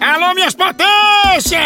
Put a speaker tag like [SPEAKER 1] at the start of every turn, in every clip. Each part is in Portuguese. [SPEAKER 1] Atenção, minhas potências!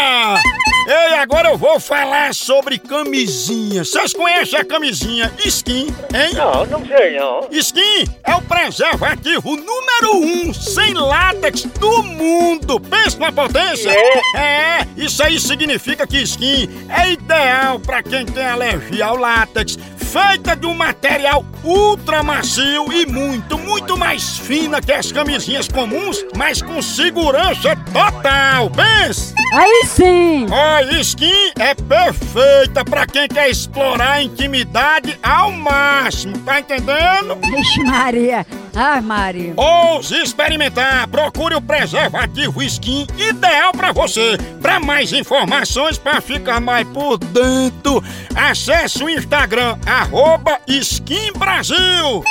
[SPEAKER 1] Ei, agora eu vou falar sobre camisinha. Vocês conhecem a camisinha skin, hein?
[SPEAKER 2] Não, não sei não.
[SPEAKER 1] Skin é o preservativo número um sem látex do mundo. Pensa na potência? É. isso aí significa que skin é ideal pra quem tem alergia ao látex, feita de um material ultra macio e muito, muito mais fina que as camisinhas comuns, mas com segurança total. Pensa!
[SPEAKER 3] Aí sim!
[SPEAKER 1] A skin é perfeita pra quem quer explorar a intimidade ao máximo, tá entendendo?
[SPEAKER 3] Vixe Maria! Ai, Maria!
[SPEAKER 1] Ou se experimentar, procure o preservativo skin ideal pra você. Pra mais informações, pra ficar mais por dentro, acesse o Instagram, arroba Skin Brasil.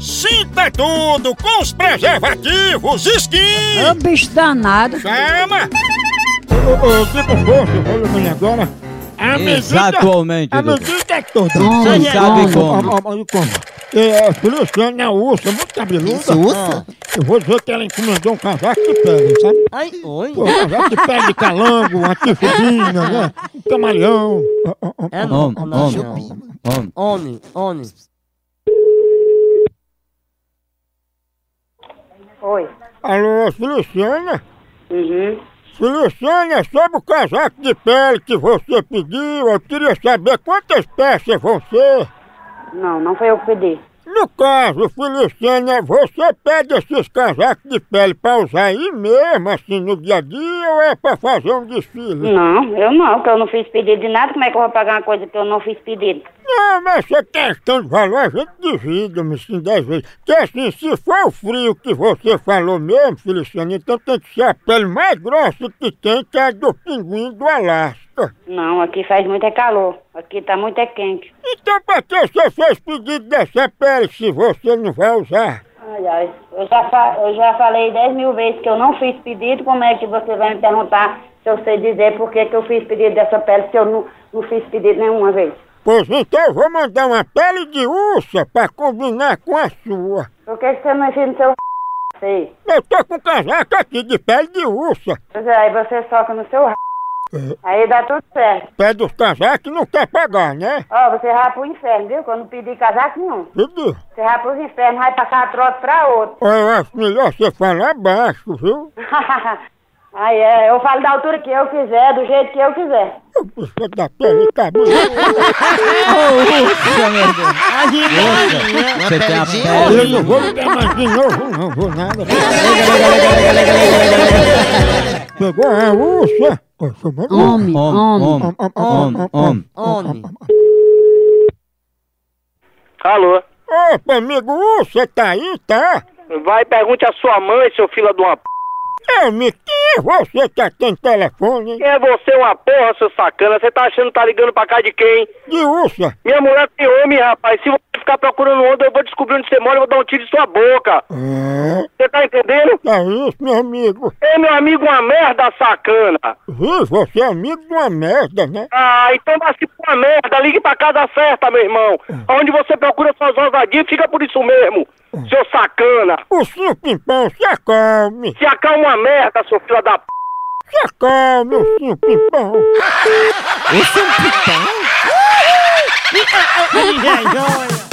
[SPEAKER 1] Sinta tudo com os preservativos
[SPEAKER 3] Ô
[SPEAKER 1] skin.
[SPEAKER 3] bicho danado!
[SPEAKER 1] Chama! Ô, ô, tá fica fofo, volume agora. A
[SPEAKER 4] Exatamente,
[SPEAKER 1] A é
[SPEAKER 4] Dudu.
[SPEAKER 1] medida que toda.
[SPEAKER 3] Não
[SPEAKER 1] Você
[SPEAKER 4] sabe
[SPEAKER 1] é-
[SPEAKER 4] como.
[SPEAKER 1] Ó, ó, ó, como. É, a Luciana é uma ursa, muito cabeluda.
[SPEAKER 5] Ursa?
[SPEAKER 1] Ah, Eu vou dizer que ela encomendou um casaco de pele, sabe?
[SPEAKER 5] Ai, oi.
[SPEAKER 1] Pô, um casaco de pele de calango, uma tifudina, né? Um camaleão. Ó, ó, ó.
[SPEAKER 5] É
[SPEAKER 4] Homem,
[SPEAKER 5] não, não,
[SPEAKER 4] homem,
[SPEAKER 5] não.
[SPEAKER 4] homem.
[SPEAKER 5] Homem, homem.
[SPEAKER 6] Oi.
[SPEAKER 1] Alô, Sr. Luciana?
[SPEAKER 6] Uhum.
[SPEAKER 1] Sr. Luciana, sobre o casaco de pele que você pediu, eu queria saber quantas peças vão ser.
[SPEAKER 6] Não, não foi eu que pedi.
[SPEAKER 1] No caso, Feliciana, você pede esses casacos de pele pra usar aí mesmo, assim, no dia a dia, ou é pra fazer um desfile?
[SPEAKER 6] Não, eu não, porque eu não fiz pedido de nada. Como é que eu vou pagar uma coisa que eu não fiz pedido?
[SPEAKER 1] Não, mas essa questão de valor a gente divide, me sim, dez vezes. Porque assim, se for o frio que você falou mesmo, Feliciana, então tem que ser a pele mais grossa que tem, que é a do pinguim do Alasca.
[SPEAKER 6] Não, aqui faz muito é calor. Aqui tá muito é quente.
[SPEAKER 1] Então pra que você fez pedido dessa pele se você não vai usar?
[SPEAKER 6] Ai, ai. Eu já, fa- eu já falei 10 mil vezes que eu não fiz pedido. Como é que você vai me perguntar se eu sei dizer por que, que eu fiz pedido dessa pele se eu não, não fiz pedido nenhuma vez?
[SPEAKER 1] Pois então eu vou mandar uma pele de ursa pra combinar com a sua.
[SPEAKER 6] Por que, que você não enfia no seu sei?
[SPEAKER 1] Eu tô com um casaco aqui de pele de ursa.
[SPEAKER 6] Pois é, aí você soca no seu r... Aí dá tudo certo.
[SPEAKER 1] Pé dos casacos não quer pagar, né?
[SPEAKER 6] Ó, você rapa o inferno, viu? Quando pedir casaco, não.
[SPEAKER 1] Tudo.
[SPEAKER 6] Você vai pros infernos, vai passar trote pra outro.
[SPEAKER 1] Ó, Eu acho melhor você falar baixo, viu?
[SPEAKER 6] Aí é, eu falo da altura que eu quiser, do jeito que eu quiser.
[SPEAKER 1] Ô, Puxa da pele, tá bom.
[SPEAKER 4] Você tem a pele.
[SPEAKER 1] Eu não vou ligar mais de novo, não vou nada. Pegou a ursa? Ô, chamou de ursa.
[SPEAKER 3] Homem,
[SPEAKER 4] Homem,
[SPEAKER 3] homem!
[SPEAKER 4] homem, homem, homem.
[SPEAKER 5] Homem.
[SPEAKER 2] Alô?
[SPEAKER 1] Opa, amigo ursa, tá aí, tá?
[SPEAKER 2] Vai, pergunte a sua mãe, seu filho de uma p...
[SPEAKER 1] É, me quem é você que atende telefone? hein?
[SPEAKER 2] Quem é você, uma porra, seu sacana? Você tá achando que tá ligando pra cá de quem?
[SPEAKER 1] De ursa.
[SPEAKER 2] Minha mulher tem homem, rapaz. Se você ficar procurando onda, eu vou descobrir onde você mora e vou dar um tiro em sua boca.
[SPEAKER 1] É,
[SPEAKER 2] Você tá entendendo?
[SPEAKER 1] tá isso, meu amigo.
[SPEAKER 2] Ei, meu amigo, uma merda, sacana.
[SPEAKER 1] Viu, você é amigo de uma merda, né?
[SPEAKER 2] Ah, então vai se pra merda. Ligue pra casa certa, meu irmão. Onde você procura suas ousadias, fica por isso mesmo. Seu sacana.
[SPEAKER 1] O seu pimpão, se acalme,
[SPEAKER 2] Se acalma uma merda, seu filho da p...
[SPEAKER 1] se acalme, o seu pimpão.
[SPEAKER 5] Esse é um pitão?